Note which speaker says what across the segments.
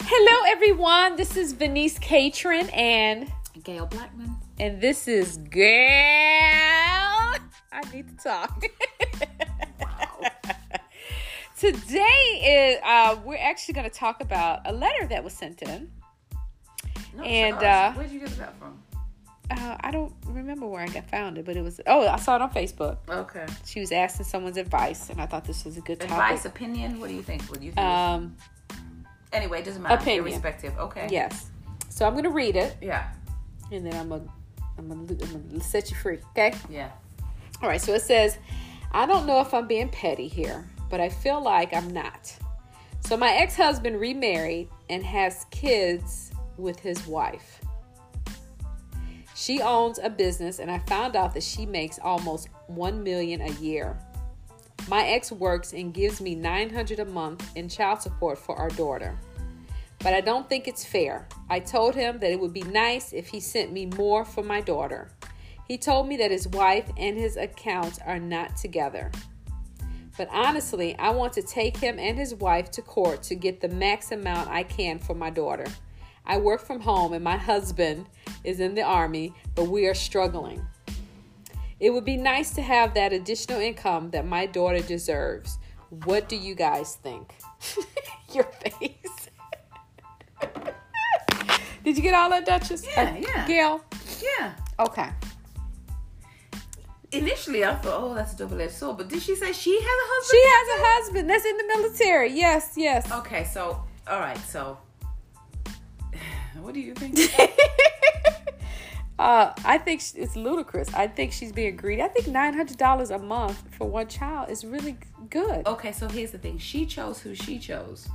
Speaker 1: Hello, everyone. This is Venice Catron, and
Speaker 2: Gail Blackman.
Speaker 1: and this is Girl. I need to talk. Today is uh, we're actually going to talk about a letter that was sent in.
Speaker 2: No,
Speaker 1: And,
Speaker 2: it's
Speaker 1: uh,
Speaker 2: ours. where'd you get that from?
Speaker 1: Uh, I don't remember where I got found it, but it was oh I saw it on Facebook.
Speaker 2: Okay.
Speaker 1: She was asking someone's advice, and I thought this was a good topic.
Speaker 2: Advice, opinion. What do you think? What do you think?
Speaker 1: Um,
Speaker 2: anyway, it doesn't matter.
Speaker 1: opinion.
Speaker 2: Irrespective. Okay.
Speaker 1: yes. So I'm going to read it,
Speaker 2: Yeah.
Speaker 1: and then I'm gonna I'm gonna, I'm gonna set you free. Okay.
Speaker 2: Yeah.
Speaker 1: All right, so it says, I don't know if I'm being petty here, but I feel like I'm not. So my ex husband remarried and has kids with his wife. She owns a business, and I found out that she makes almost 1 million a year. My ex works and gives me 900 a month in child support for our daughter. But I don't think it's fair. I told him that it would be nice if he sent me more for my daughter. He told me that his wife and his accounts are not together. But honestly, I want to take him and his wife to court to get the max amount I can for my daughter. I work from home and my husband is in the army, but we are struggling. It would be nice to have that additional income that my daughter deserves. What do you guys think? Your face. Did you get all that, Duchess?
Speaker 2: Yeah,
Speaker 1: Uh,
Speaker 2: yeah.
Speaker 1: Gail?
Speaker 2: Yeah.
Speaker 1: Okay.
Speaker 2: Initially, I thought, oh, that's a double-edged sword. But did she say she has a husband?
Speaker 1: She has a husband that's in the military. Yes, yes.
Speaker 2: Okay. So, all right. So, what do you think?
Speaker 1: uh, I think sh- it's ludicrous. I think she's being greedy. I think nine hundred dollars a month for one child is really g- good.
Speaker 2: okay. So here's the thing. She chose who she chose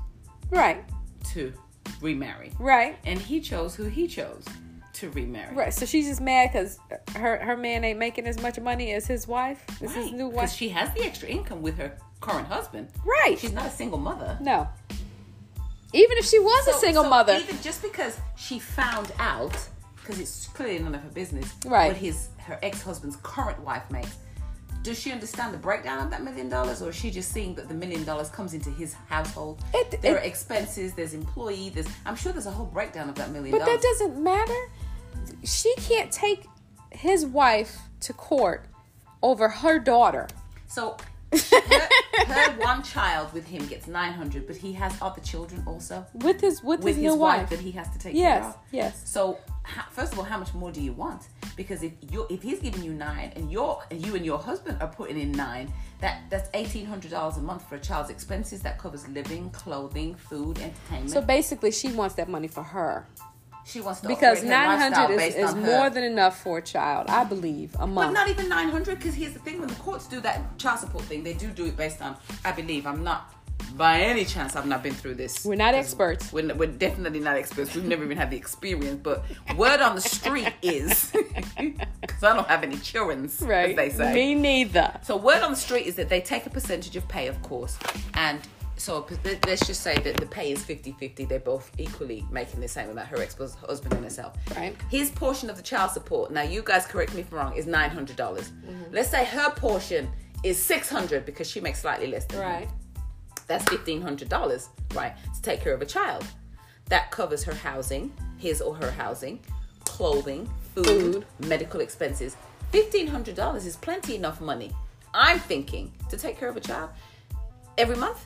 Speaker 1: Right,
Speaker 2: to remarry,
Speaker 1: right,
Speaker 2: and he chose who he chose to remarry.
Speaker 1: right. So she's just mad because her her man ain't making as much money as his wife, as his new wife.
Speaker 2: Because she has the extra income with her current husband.
Speaker 1: right.
Speaker 2: She's not a single mother.
Speaker 1: no. Even if she was a
Speaker 2: So-
Speaker 1: single
Speaker 2: so
Speaker 1: mother,
Speaker 2: Even just because she found out, because it's clearly none of her business,
Speaker 1: Right.
Speaker 2: what his her ex husband's current wife makes. Does she understand the breakdown of that million dollars, or is she just seeing that the million dollars comes into his household?
Speaker 1: It-
Speaker 2: there
Speaker 1: it-
Speaker 2: are expenses. There's employee. There's I'm sure there's a whole breakdown of that million
Speaker 1: but that
Speaker 2: dollars.
Speaker 1: doesn't matter. She can't take his wife to court over her daughter.
Speaker 2: so her, her one child with him gets 900, but he has other children also
Speaker 1: with his with,
Speaker 2: with
Speaker 1: his,
Speaker 2: his
Speaker 1: new wife.
Speaker 2: wife that he has to take care
Speaker 1: Yes,
Speaker 2: of.
Speaker 1: yes.
Speaker 2: So, ho- first of all, how much more do you want? Because if you if he's giving you nine, and you're and you and your husband are putting in nine, that that's eighteen hundred dollars a month for a child's expenses. That covers living, clothing, food, entertainment.
Speaker 1: So basically, she wants that money for her
Speaker 2: Oh, she wants to
Speaker 1: because
Speaker 2: operate her
Speaker 1: nine
Speaker 2: lifestyle
Speaker 1: hundred is,
Speaker 2: based
Speaker 1: is
Speaker 2: on her.
Speaker 1: more than enough for a child, I believe, a
Speaker 2: But
Speaker 1: month.
Speaker 2: not even nine hundred, because here's the thing: when the courts do that child support thing, they do do it based on. I believe I'm not. By any chance, I've not been through this.
Speaker 1: We're not
Speaker 2: 'Cause
Speaker 1: experts.
Speaker 2: We're, n- we're definitely not experts. We've never even had the experience. But word on the street is, because I don't have any children,
Speaker 1: right?
Speaker 2: as they say.
Speaker 1: Me neither.
Speaker 2: So word on the street is that they take a percentage of pay, of course, and so p- th- let's just say that the pay is 50-50. They're both equally making the same amount. Her ex-husband and herself.
Speaker 1: Right.
Speaker 2: His portion of the child support. Now you guys correct me if I'm wrong. Is nine hundred dollars.
Speaker 1: Mm-hmm.
Speaker 2: Let's say her portion is six hundred because she makes slightly less than him.
Speaker 1: Right.
Speaker 2: That's fifteen hundred dollars, right, to take care of a child. That covers her housing, his or her housing, clothing, food,
Speaker 1: Food.
Speaker 2: medical expenses. Fifteen hundred dollars is plenty enough money. I'm thinking to take care of a child every month.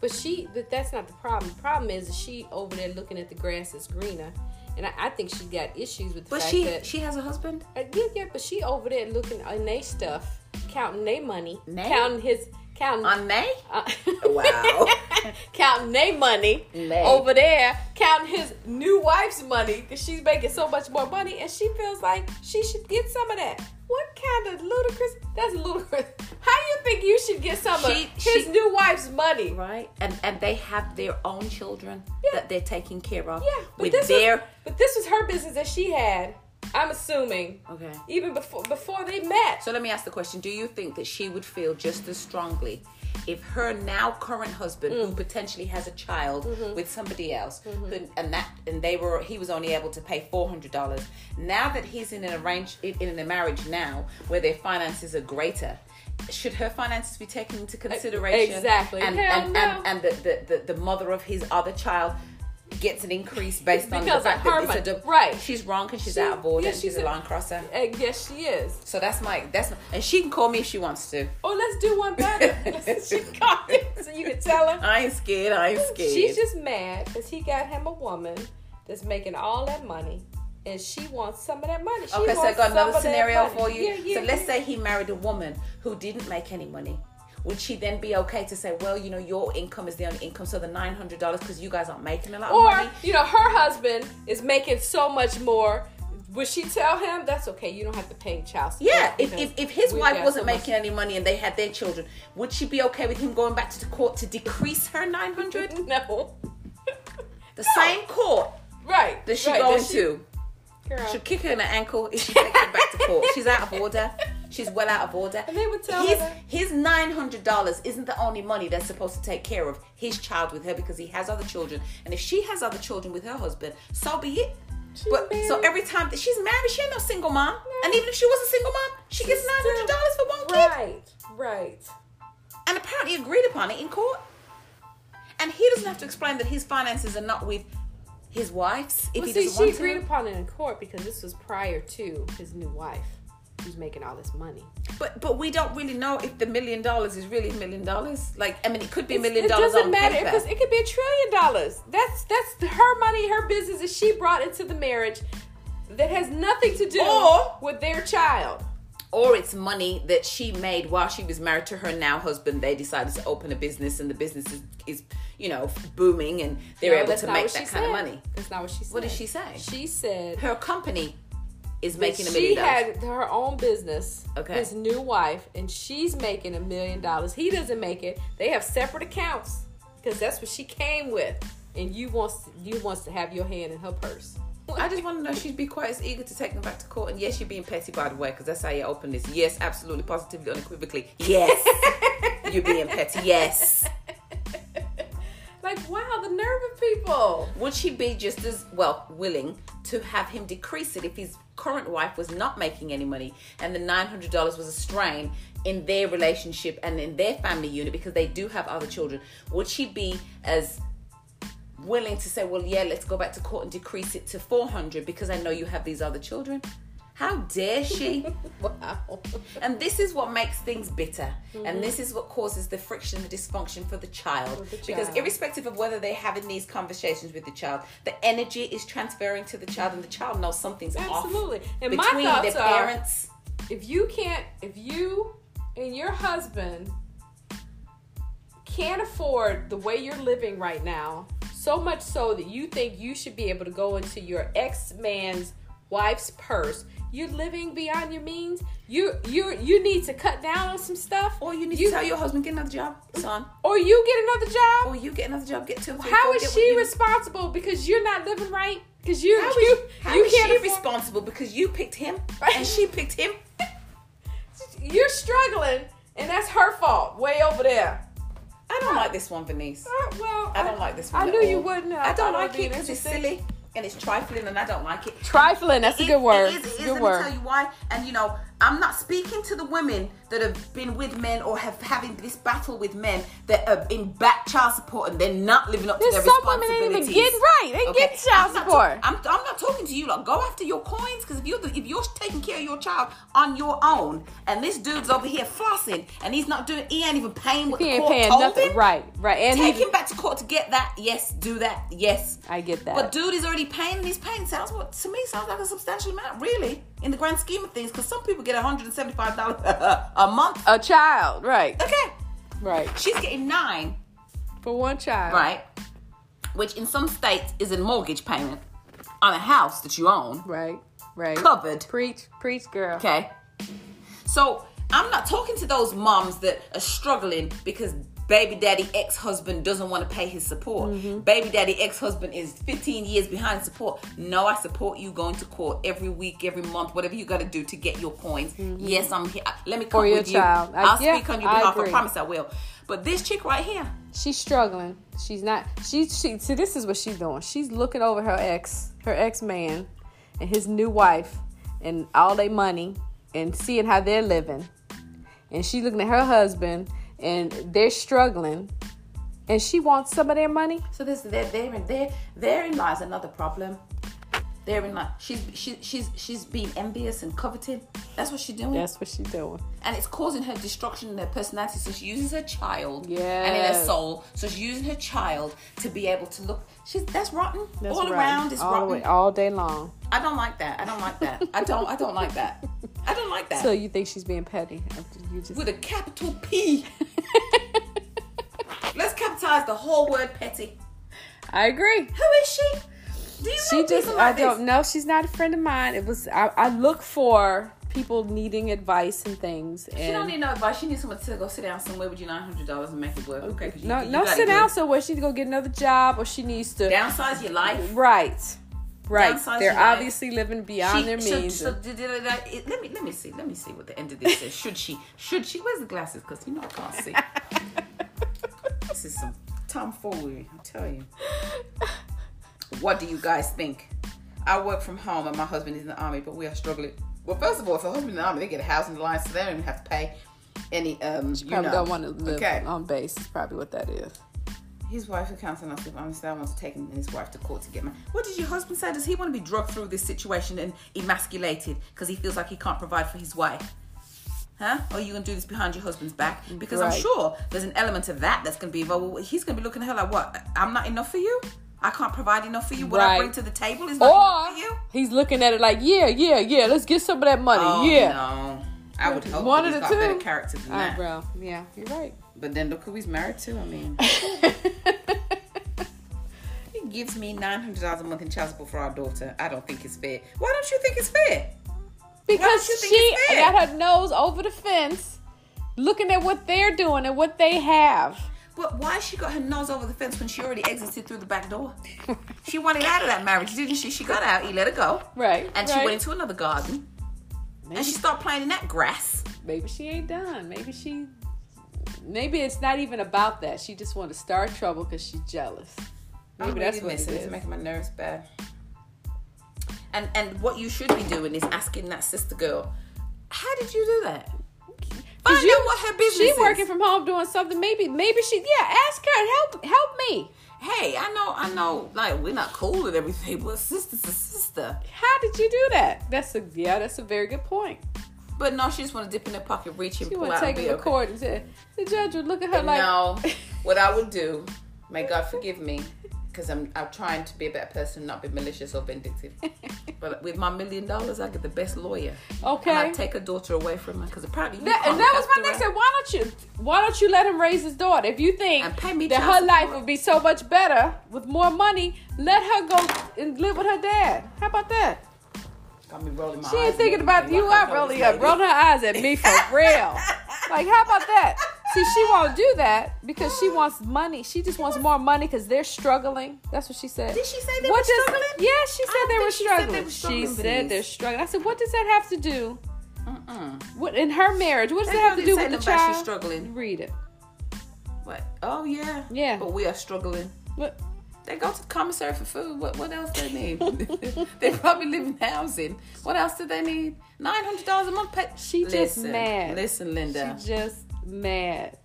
Speaker 3: But she, but that's not the problem. The problem is that she over there looking at the grass is greener, and I, I think she got issues with the
Speaker 2: But
Speaker 3: fact
Speaker 2: she
Speaker 3: that
Speaker 2: she has a husband.
Speaker 3: Uh, yeah, yeah. But she over there looking on they stuff, counting they money,
Speaker 2: Nay?
Speaker 3: counting his counting.
Speaker 2: On May.
Speaker 3: uh,
Speaker 2: Wow.
Speaker 3: counting they money
Speaker 2: Nay.
Speaker 3: over there, counting his new wife's money because she's making so much more money, and she feels like she should get some of that. What kind of ludicrous? That's ludicrous. How you think you should get some
Speaker 2: She-
Speaker 3: of his
Speaker 2: she-
Speaker 3: new wife's money?
Speaker 2: Right, and and they have their own children
Speaker 3: Yeah.
Speaker 2: that they're taking care of
Speaker 3: Yeah, but
Speaker 2: with
Speaker 3: this
Speaker 2: their
Speaker 3: was, but this was her business that she had. I'm assuming
Speaker 2: okay.
Speaker 3: even before before they met.
Speaker 2: So let me ask the question Do you think that she would feel just as strongly if her now current husband,
Speaker 1: Mm.
Speaker 2: who potentially has a child
Speaker 1: Mm-hmm.
Speaker 2: with somebody else, who, and that and they were he was only able to pay four hundred dollars, now that he's in an arrange in in a marriage now where their finances are greater, should her finances be taken
Speaker 1: Uh,
Speaker 2: into consideration?
Speaker 3: exactly.
Speaker 2: And
Speaker 3: Hell
Speaker 2: and,
Speaker 3: no.
Speaker 2: and, and the, the, the, the mother of his other child gets an increase based on the
Speaker 1: Because
Speaker 2: fact
Speaker 1: of
Speaker 2: that
Speaker 1: her
Speaker 2: it's a
Speaker 1: money.
Speaker 2: de-
Speaker 1: Right.
Speaker 2: She's wrong because she's
Speaker 1: She-
Speaker 2: out of order.
Speaker 1: yeah,
Speaker 2: and she's
Speaker 1: she's
Speaker 2: a
Speaker 1: a-
Speaker 2: line crosser.
Speaker 1: And yes, she is.
Speaker 2: So that's my that's my, and she can call me if she wants to.
Speaker 1: Oh, let's do one better. she caught it, so you can tell her.
Speaker 2: I ain't scared. I ain't scared.
Speaker 1: She's just mad because he got him a woman that's making all that money, and she wants some of that money. She
Speaker 2: Okay, so I
Speaker 1: wants
Speaker 2: got
Speaker 1: some
Speaker 2: another
Speaker 1: of that
Speaker 2: scenario
Speaker 1: money.
Speaker 2: for you.
Speaker 1: Yeah, yeah,
Speaker 2: so let's
Speaker 1: yeah.
Speaker 2: say he married a woman who didn't make any money. Would she then be okay to say, well, you know, your income is the only income, so the nine hundred dollars because you guys aren't making a lot
Speaker 1: Or
Speaker 2: of money.
Speaker 1: you know, her husband is making so much more. Would she tell him that's okay? You don't have to pay child support.
Speaker 2: Yeah, if,
Speaker 1: because
Speaker 2: if, if his
Speaker 1: we've
Speaker 2: wife
Speaker 1: got so
Speaker 2: wasn't
Speaker 1: much-
Speaker 2: making any money and they had their children, would she be okay with him going back to the court to decrease her nine hundred?
Speaker 1: no,
Speaker 2: The
Speaker 1: No.
Speaker 2: same court
Speaker 1: right?
Speaker 2: that she
Speaker 1: right,
Speaker 2: going
Speaker 1: she-
Speaker 2: to
Speaker 1: Girl.
Speaker 2: should kick her in the ankle if she takes it back to court. She's out of order. She's well out of order.
Speaker 1: And they would tell
Speaker 2: his,
Speaker 1: her
Speaker 2: his nine hundred dollars isn't the only money that's supposed to take care of his child with her because he has other children. And if she has other children with her husband, so be it. but so
Speaker 1: married.
Speaker 2: every time that she's married, she ain't no single mom. And even if she was a single mom, she gets nine hundred dollars for one kid
Speaker 1: right, right.
Speaker 2: and apparently agreed upon it in court. And he doesn't have to explain that his finances are not with his wife's if
Speaker 1: Well,
Speaker 2: he
Speaker 1: see,
Speaker 2: doesn't
Speaker 1: she
Speaker 2: want to.
Speaker 1: agreed upon it in court because this was prior to his new wife, who's making all this money.
Speaker 2: But but we don't really know if the million dollars is really a million dollars. Like I mean, it could be a million
Speaker 1: it
Speaker 2: dollars
Speaker 1: doesn't
Speaker 2: on
Speaker 1: matter. It,
Speaker 2: paper.
Speaker 1: was, it could be a trillion dollars. That's that's the- her money, her business that she brought into the marriage that has nothing to do
Speaker 2: Or-
Speaker 1: with their child.
Speaker 2: or it's money that she made while she was married to her now husband. They decided to open a business, and the business is, is you know booming, and they're
Speaker 1: No,
Speaker 2: able
Speaker 1: that's
Speaker 2: to
Speaker 1: not
Speaker 2: make
Speaker 1: what
Speaker 2: that
Speaker 1: she
Speaker 2: kind of
Speaker 1: said.
Speaker 2: money.
Speaker 1: That's not what she said.
Speaker 2: What did she say?
Speaker 1: She said
Speaker 2: Her company is making a
Speaker 1: that
Speaker 2: million
Speaker 1: she
Speaker 2: dollars.
Speaker 1: had her own business.
Speaker 2: Okay.
Speaker 1: His new wife, and she's making a million dollars. He doesn't make it. They have separate accounts because that's what she came with, and you wants you wants to have your hand in her purse.
Speaker 2: I just want to know she'd be quite as eager to take them back to court. And yes, you're being petty, by the way, because that's how you open this. Yes, absolutely, positively, unequivocally. Yes, you're being petty. Yes.
Speaker 1: Like wow, the nerve of people.
Speaker 2: Would she be just as well willing to have him decrease it if his current wife was not making any money and the nine hundred dollars was a strain in their relationship and in their family unit because they do have other children? Would she be as willing to say, "Well, yeah, let's go back to court and decrease it to four hundred because I know you have these other children"? How dare she?
Speaker 1: Wow.
Speaker 2: And this is what makes things bitter.
Speaker 1: Mm-hmm.
Speaker 2: And this is what causes the friction, the dysfunction for the child.
Speaker 1: the
Speaker 2: Because
Speaker 1: child.
Speaker 2: irrespective of whether they're having these conversations with the child, the energy is transferring to the child, and the child knows something's off
Speaker 1: Absolutely. And
Speaker 2: between
Speaker 1: my
Speaker 2: their
Speaker 1: thoughts are,
Speaker 2: parents.
Speaker 1: if you can't, if you and your husband can't afford the way you're living right now, so much so that you think you should be able to go into your ex man's wife's purse. You're living beyond your means. You you you need to cut down on some stuff,
Speaker 2: Or you need
Speaker 1: You-
Speaker 2: to tell your husband, get another job, son.
Speaker 1: or you get another job.
Speaker 2: Or you get another job, get two. three,
Speaker 1: How
Speaker 2: four,
Speaker 1: is
Speaker 2: get
Speaker 1: she
Speaker 2: what you-
Speaker 1: responsible because you're not living right? Because you
Speaker 2: How is,
Speaker 1: you,
Speaker 2: how
Speaker 1: you
Speaker 2: is
Speaker 1: can't
Speaker 2: she
Speaker 1: afford-
Speaker 2: responsible because you picked him
Speaker 1: Right.
Speaker 2: and she picked him?
Speaker 1: You're struggling, and that's her fault. Way over there.
Speaker 2: I don't like this one, Venice.
Speaker 1: Uh, well,
Speaker 2: I don't like this one.
Speaker 1: I
Speaker 2: at
Speaker 1: knew
Speaker 2: all.
Speaker 1: you wouldn't.
Speaker 2: I don't like it
Speaker 1: being
Speaker 2: because it's
Speaker 1: interested.
Speaker 2: silly and it's trifling, and I don't like it.
Speaker 4: Trifling, that's a
Speaker 2: It-
Speaker 4: good word.
Speaker 2: It is, it
Speaker 4: It's a
Speaker 2: is.
Speaker 4: good
Speaker 2: Let me
Speaker 4: word.
Speaker 2: tell you why. And you know, I'm not speaking to the women that have been with men or have having this battle with men that are in back child support and they're not living up to
Speaker 4: There's
Speaker 2: their
Speaker 4: some women ain't even
Speaker 2: responsibilities.
Speaker 4: getting right. They
Speaker 2: Okay?
Speaker 4: get child
Speaker 2: I'm not
Speaker 4: support.
Speaker 2: talk- I'm, I'm not talking to you. Like, go after your coins because if you're the, if you're taking care of your child on your own, and this dude's over here flossing and he's not doing, he ain't even paying what
Speaker 4: He
Speaker 2: the
Speaker 4: ain't
Speaker 2: court
Speaker 4: paying
Speaker 2: told
Speaker 4: nothing.
Speaker 2: him.
Speaker 4: Right, right. And
Speaker 2: Take
Speaker 4: he,
Speaker 2: him back to court to get that. Yes, do that. Yes.
Speaker 4: I get that.
Speaker 2: But dude is already paying. and He's paying sounds what to me sounds like a substantial amount, really, in the grand scheme of things. Because some people get one hundred and seventy-five dollars a month.
Speaker 4: a child, right,
Speaker 2: Okay,
Speaker 4: right.
Speaker 2: she's getting nine,
Speaker 4: For one child.
Speaker 2: right? Which in some states is a mortgage payment on a house that you own,
Speaker 4: Right, right.
Speaker 2: covered.
Speaker 4: Preach, preach, girl.
Speaker 2: Okay. So I'm not talking to those moms that are struggling because baby daddy ex husband doesn't want to pay his support.
Speaker 4: Mm-hmm.
Speaker 2: Baby daddy ex husband is 15 years behind support. No, I support you going to court every week, every month, whatever you got to do to get your coins. Yes, I'm here. Let me come
Speaker 4: Mm-hmm. your
Speaker 2: with
Speaker 4: child.
Speaker 2: you.
Speaker 4: I-
Speaker 2: I'll
Speaker 4: yeah,
Speaker 2: speak on your
Speaker 4: I
Speaker 2: behalf. I
Speaker 4: agree.
Speaker 2: promise I will. But this chick right here,
Speaker 4: She's struggling. She's not. She she. See, this is what she's doing. She's looking over her ex, her ex man, and his new wife, and all their money, and seeing how they're living, and she's looking at her husband, and they're struggling,
Speaker 1: and she wants some of their money.
Speaker 2: So this there therein there therein lies another problem. Therein lies she's she, she's she's being envious and coveted. That's what she's doing.
Speaker 1: That's what she's doing.
Speaker 2: And it's causing her destruction in her personality. So she uses her child and in her
Speaker 1: Yes.
Speaker 2: soul. So she's using her child to be able to look she's that's rotten.
Speaker 1: That's
Speaker 2: all
Speaker 1: right.
Speaker 2: around is
Speaker 1: all the
Speaker 2: rotten.
Speaker 1: way, all day long.
Speaker 2: I don't like that. I don't like that. I don't I don't like that. I don't like that.
Speaker 1: So you think she's being petty? after You just
Speaker 2: With a capital P. Let's capitalize the whole word petty.
Speaker 1: I agree.
Speaker 2: Who is she? Do you
Speaker 1: She
Speaker 2: know
Speaker 1: just
Speaker 2: people
Speaker 1: I
Speaker 2: like
Speaker 1: don't
Speaker 2: this?
Speaker 1: know. She's not a friend of mine. It was I, I look for people needing advice and things. And
Speaker 2: She don't need no advice. She needs someone to go sit down somewhere with you nine hundred dollars and make it work. Okay, 'cause you,
Speaker 1: no,
Speaker 2: you
Speaker 1: no
Speaker 2: gotta
Speaker 1: sit
Speaker 2: go.
Speaker 1: down somewhere. She needs to go get another job, or she needs to
Speaker 2: Downsize your life.
Speaker 1: right, right.
Speaker 2: Downsize
Speaker 1: They're
Speaker 2: your life.
Speaker 1: obviously living beyond their
Speaker 2: so-
Speaker 1: means.
Speaker 2: so did- did- did- it- let me let me see. Let me see what the end of this is. Should she? Should she? Where's the glasses? Because you know I can't see. this is some tomfoolery. I tell you. What do you guys think? I work from home and my husband is in the army, but we are struggling. Well, first of all, if a husband in the army, they get a house in the line, so they don't even have to pay any. Um, you
Speaker 1: Probably
Speaker 2: know.
Speaker 1: don't want to live
Speaker 2: Okay.
Speaker 1: on base. Is probably what that is.
Speaker 2: His wife accounts on us with honestly, I want to take him and his wife to court to get married. What did your husband say? Does he want to be drugged through this situation and emasculated because he feels like he can't provide for his wife? Huh? Or you gonna do this behind your husband's back? Because I'm
Speaker 1: Right.
Speaker 2: sure there's an element of that that's gonna be involved. Well, he's gonna be looking at her like, "What? I'm not enough for you. I can't provide enough for you. What I
Speaker 1: Right.
Speaker 2: bring to the table is not
Speaker 1: Or
Speaker 2: enough for you."
Speaker 1: he's looking at it like, yeah, yeah, yeah. Let's get some of that money. yeah.
Speaker 2: Oh, no. I would hope
Speaker 1: One
Speaker 2: that
Speaker 1: of
Speaker 2: he's
Speaker 1: the
Speaker 2: got
Speaker 1: two.
Speaker 2: better character than
Speaker 1: Oh,
Speaker 2: that.
Speaker 1: bro. Yeah, you're right.
Speaker 2: But then look who he's married to. I mean. He gives me nine hundred dollars a month in child support for our daughter. I don't think it's fair. Why don't you think it's fair?
Speaker 1: because
Speaker 2: don't you think
Speaker 1: she
Speaker 2: it's fair?
Speaker 1: got her nose over the fence, looking at what they're doing and what they have.
Speaker 2: But why has she got her nose over the fence when she already exited through the back door? she wanted out of that marriage, didn't she? She got out. He let her go,
Speaker 1: Right.
Speaker 2: and she
Speaker 1: right.
Speaker 2: went into another garden, and she started playing in that grass.
Speaker 1: Maybe she ain't done. Maybe she. Maybe it's not even about that. She just want to start trouble because she's jealous. Maybe
Speaker 2: I'm
Speaker 1: that's
Speaker 2: really
Speaker 1: what it
Speaker 2: missing. It's
Speaker 1: is.
Speaker 2: making my nerves bad. And and what you should be doing is asking that sister girl, how did you do that? Find
Speaker 1: you-
Speaker 2: out what her business
Speaker 1: She
Speaker 2: is.
Speaker 1: working from home doing something. Maybe maybe she yeah. Ask her help help me.
Speaker 2: hey, I know, I know, like we're not cool and everything, but sister's a sister.
Speaker 1: How did you do that? That's a yeah. That's a very good point.
Speaker 2: But no, she just want to dip in her pocket, reach and
Speaker 1: You
Speaker 2: pull
Speaker 1: want
Speaker 2: out.
Speaker 1: to
Speaker 2: and
Speaker 1: take it
Speaker 2: be
Speaker 1: to
Speaker 2: okay.
Speaker 1: court and say the judge would look at her
Speaker 2: But
Speaker 1: like
Speaker 2: no, what I would do, may God forgive me, because I'm I'm trying to be a better person, not be malicious or vindictive. But with my million dollars, I get the best lawyer.
Speaker 1: Okay.
Speaker 2: And I take her daughter away from her because apparently you
Speaker 1: That,
Speaker 2: can't
Speaker 1: and that
Speaker 2: look
Speaker 1: was my
Speaker 2: after
Speaker 1: next
Speaker 2: her.
Speaker 1: thing. Why don't you? Why don't you let him raise his daughter? If you think
Speaker 2: And pay me
Speaker 1: that
Speaker 2: child
Speaker 1: her life
Speaker 2: support.
Speaker 1: would be so much better with more money, let her go and live with her dad. How about that?
Speaker 2: Got me rolling my
Speaker 1: She
Speaker 2: eyes
Speaker 1: ain't
Speaker 2: and
Speaker 1: thinking
Speaker 2: everything,
Speaker 1: about you.
Speaker 2: like,
Speaker 1: I
Speaker 2: know
Speaker 1: really
Speaker 2: this
Speaker 1: am
Speaker 2: lady.
Speaker 1: rolling her eyes at me for real. Like, how about that? See, she won't do that because she wants money. She just wants more money because they're struggling. That's what she said.
Speaker 2: Did she say they were
Speaker 1: What does-
Speaker 2: struggling?
Speaker 1: Yeah, she said
Speaker 2: don't
Speaker 1: they were
Speaker 2: think she said
Speaker 1: struggling.
Speaker 2: they were
Speaker 1: She
Speaker 2: struggling,
Speaker 1: said they're
Speaker 2: Denise.
Speaker 1: struggling. I said, what does that have to do?
Speaker 2: Mm-mm.
Speaker 1: What in her marriage? What does
Speaker 2: They
Speaker 1: that have to do
Speaker 2: didn't say
Speaker 1: with the
Speaker 2: nothing about she's
Speaker 1: child?
Speaker 2: struggling.
Speaker 1: Read it.
Speaker 2: What? Oh yeah.
Speaker 1: Yeah.
Speaker 2: But we are struggling.
Speaker 1: What?
Speaker 2: They go to commissary for food. What what else they need? they probably live in housing. What else do they need? Nine hundred dollars a month. Pay-
Speaker 1: She just mad.
Speaker 2: Listen, Linda.
Speaker 1: She just mad.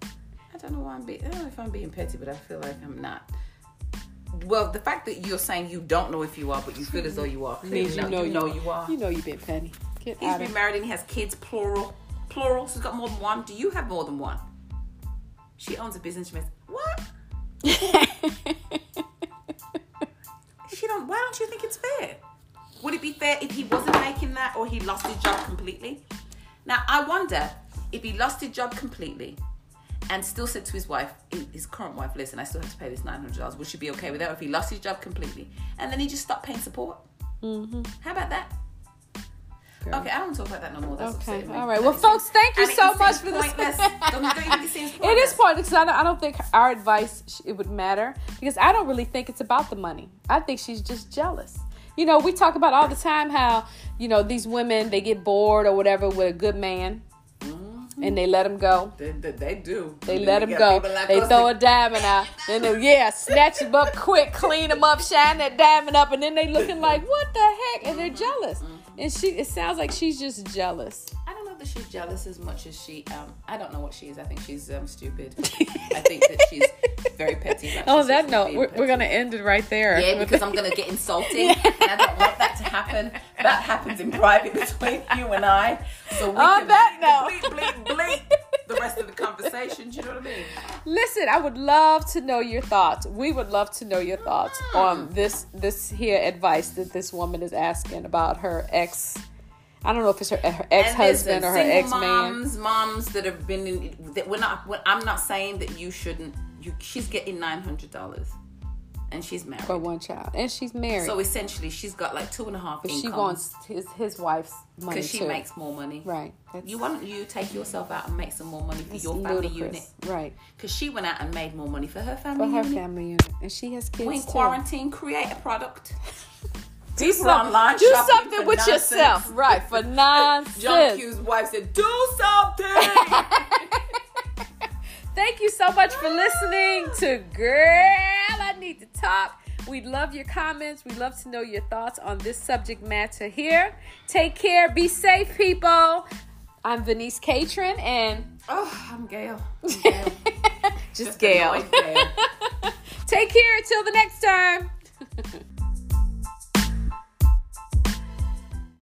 Speaker 2: I don't know why I'm being. I don't know if I'm being petty, but I feel like I'm not. Well, the fact that you're saying you don't know if you are, but you feel as though you are. Clearly,
Speaker 1: Means you
Speaker 2: no,
Speaker 1: know
Speaker 2: you,
Speaker 1: you,
Speaker 2: know you are.
Speaker 1: You know you been petty. Get
Speaker 2: He's
Speaker 1: out of
Speaker 2: been married and he has kids, plural. Plural. So he's got more than one. Do you have more than one? She owns a business. She makes, what? She don't. Why don't you think it's fair? Would it be fair if he wasn't making that or he lost his job completely? Now I wonder if he lost his job completely and still said to his wife, his current wife, listen, I still have to pay this nine hundred dollars. Would she be okay with that? Or if he lost his job completely and then he just stopped paying support?
Speaker 1: Mm-hmm.
Speaker 2: How about that?
Speaker 1: Girl.
Speaker 2: Okay, I don't talk about that no more. That's
Speaker 1: Okay,
Speaker 2: upsetting me.
Speaker 1: all right.
Speaker 2: And
Speaker 1: Well,
Speaker 2: it
Speaker 1: folks,
Speaker 2: seems-
Speaker 1: thank you
Speaker 2: and it
Speaker 1: so
Speaker 2: seems
Speaker 1: much for this.
Speaker 2: pointless. Don't you think it seems
Speaker 1: It is
Speaker 2: pointless?
Speaker 1: pointless because I don't, I don't think our advice sh- it would matter because I don't really think it's about the money. I think she's just jealous. You know, we talk about all the time how you know these women they get bored or whatever with a good man
Speaker 2: Mm-hmm.
Speaker 1: and they let him go.
Speaker 2: They, they, they do.
Speaker 1: They
Speaker 2: And
Speaker 1: let
Speaker 2: then
Speaker 1: him
Speaker 2: you
Speaker 1: go.
Speaker 2: got people like
Speaker 1: they
Speaker 2: us
Speaker 1: throw
Speaker 2: that-
Speaker 1: a diamond out. Then they, yeah, snatch him up quick, clean him up, shine that diamond up, and then
Speaker 2: Mm-hmm.
Speaker 1: they looking like, what the heck? And they're jealous. And she, it sounds like she's just jealous.
Speaker 2: I don't know. that she's jealous as much as she. Um, I don't know what she is. I think she's um, stupid. I think that she's very petty.
Speaker 1: On
Speaker 2: Like she
Speaker 1: Oh, that
Speaker 2: says,
Speaker 1: note,
Speaker 2: being
Speaker 1: we're,
Speaker 2: petty.
Speaker 1: we're gonna end it right there.
Speaker 2: Yeah, because I'm gonna get insulted, and I don't want that to happen. That happens in private between you and I. So we
Speaker 1: On
Speaker 2: can
Speaker 1: that
Speaker 2: bleep, bleep, bleep, bleep the rest of the conversation. Do you know what I mean?
Speaker 1: Listen, I would love to know your thoughts. We would love to know your thoughts
Speaker 2: Ah.
Speaker 1: on this this here advice that this woman is asking about her ex. I don't know if it's her, her ex
Speaker 2: And listen,
Speaker 1: husband or her
Speaker 2: single
Speaker 1: ex man.
Speaker 2: moms, moms that have been in. That we're not. we I'm not saying that you shouldn't. You. She's getting nine hundred dollars, and she's married.
Speaker 1: For one child, and she's married.
Speaker 2: So essentially, she's got like two and a half.
Speaker 1: but she
Speaker 2: incomes.
Speaker 1: wants his his wife's money
Speaker 2: because she
Speaker 1: too.
Speaker 2: makes more money.
Speaker 1: right. That's,
Speaker 2: You why don't you take yourself out and make some more money for
Speaker 1: that's
Speaker 2: your family
Speaker 1: ludicrous.
Speaker 2: unit?
Speaker 1: right?
Speaker 2: Because she went out and made more money for her family
Speaker 1: For her
Speaker 2: unit.
Speaker 1: family unit, and she has kids
Speaker 2: When
Speaker 1: too.
Speaker 2: quarantine, create a product.
Speaker 1: do
Speaker 2: People are online
Speaker 1: do
Speaker 2: shopping
Speaker 1: something
Speaker 2: for
Speaker 1: with
Speaker 2: nonsense.
Speaker 1: yourself, right? For
Speaker 2: John
Speaker 1: nonsense.
Speaker 2: Q's wife said, "Do something."
Speaker 1: Thank you so much for listening to Girl I Need to Talk. We love your comments. We love to know your thoughts on this subject matter here. Take care. Be safe, people. I'm Venice Catron and
Speaker 2: oh, I'm Gail. I'm Gail.
Speaker 1: just
Speaker 2: Gail.
Speaker 1: Gail. Take care until the next time.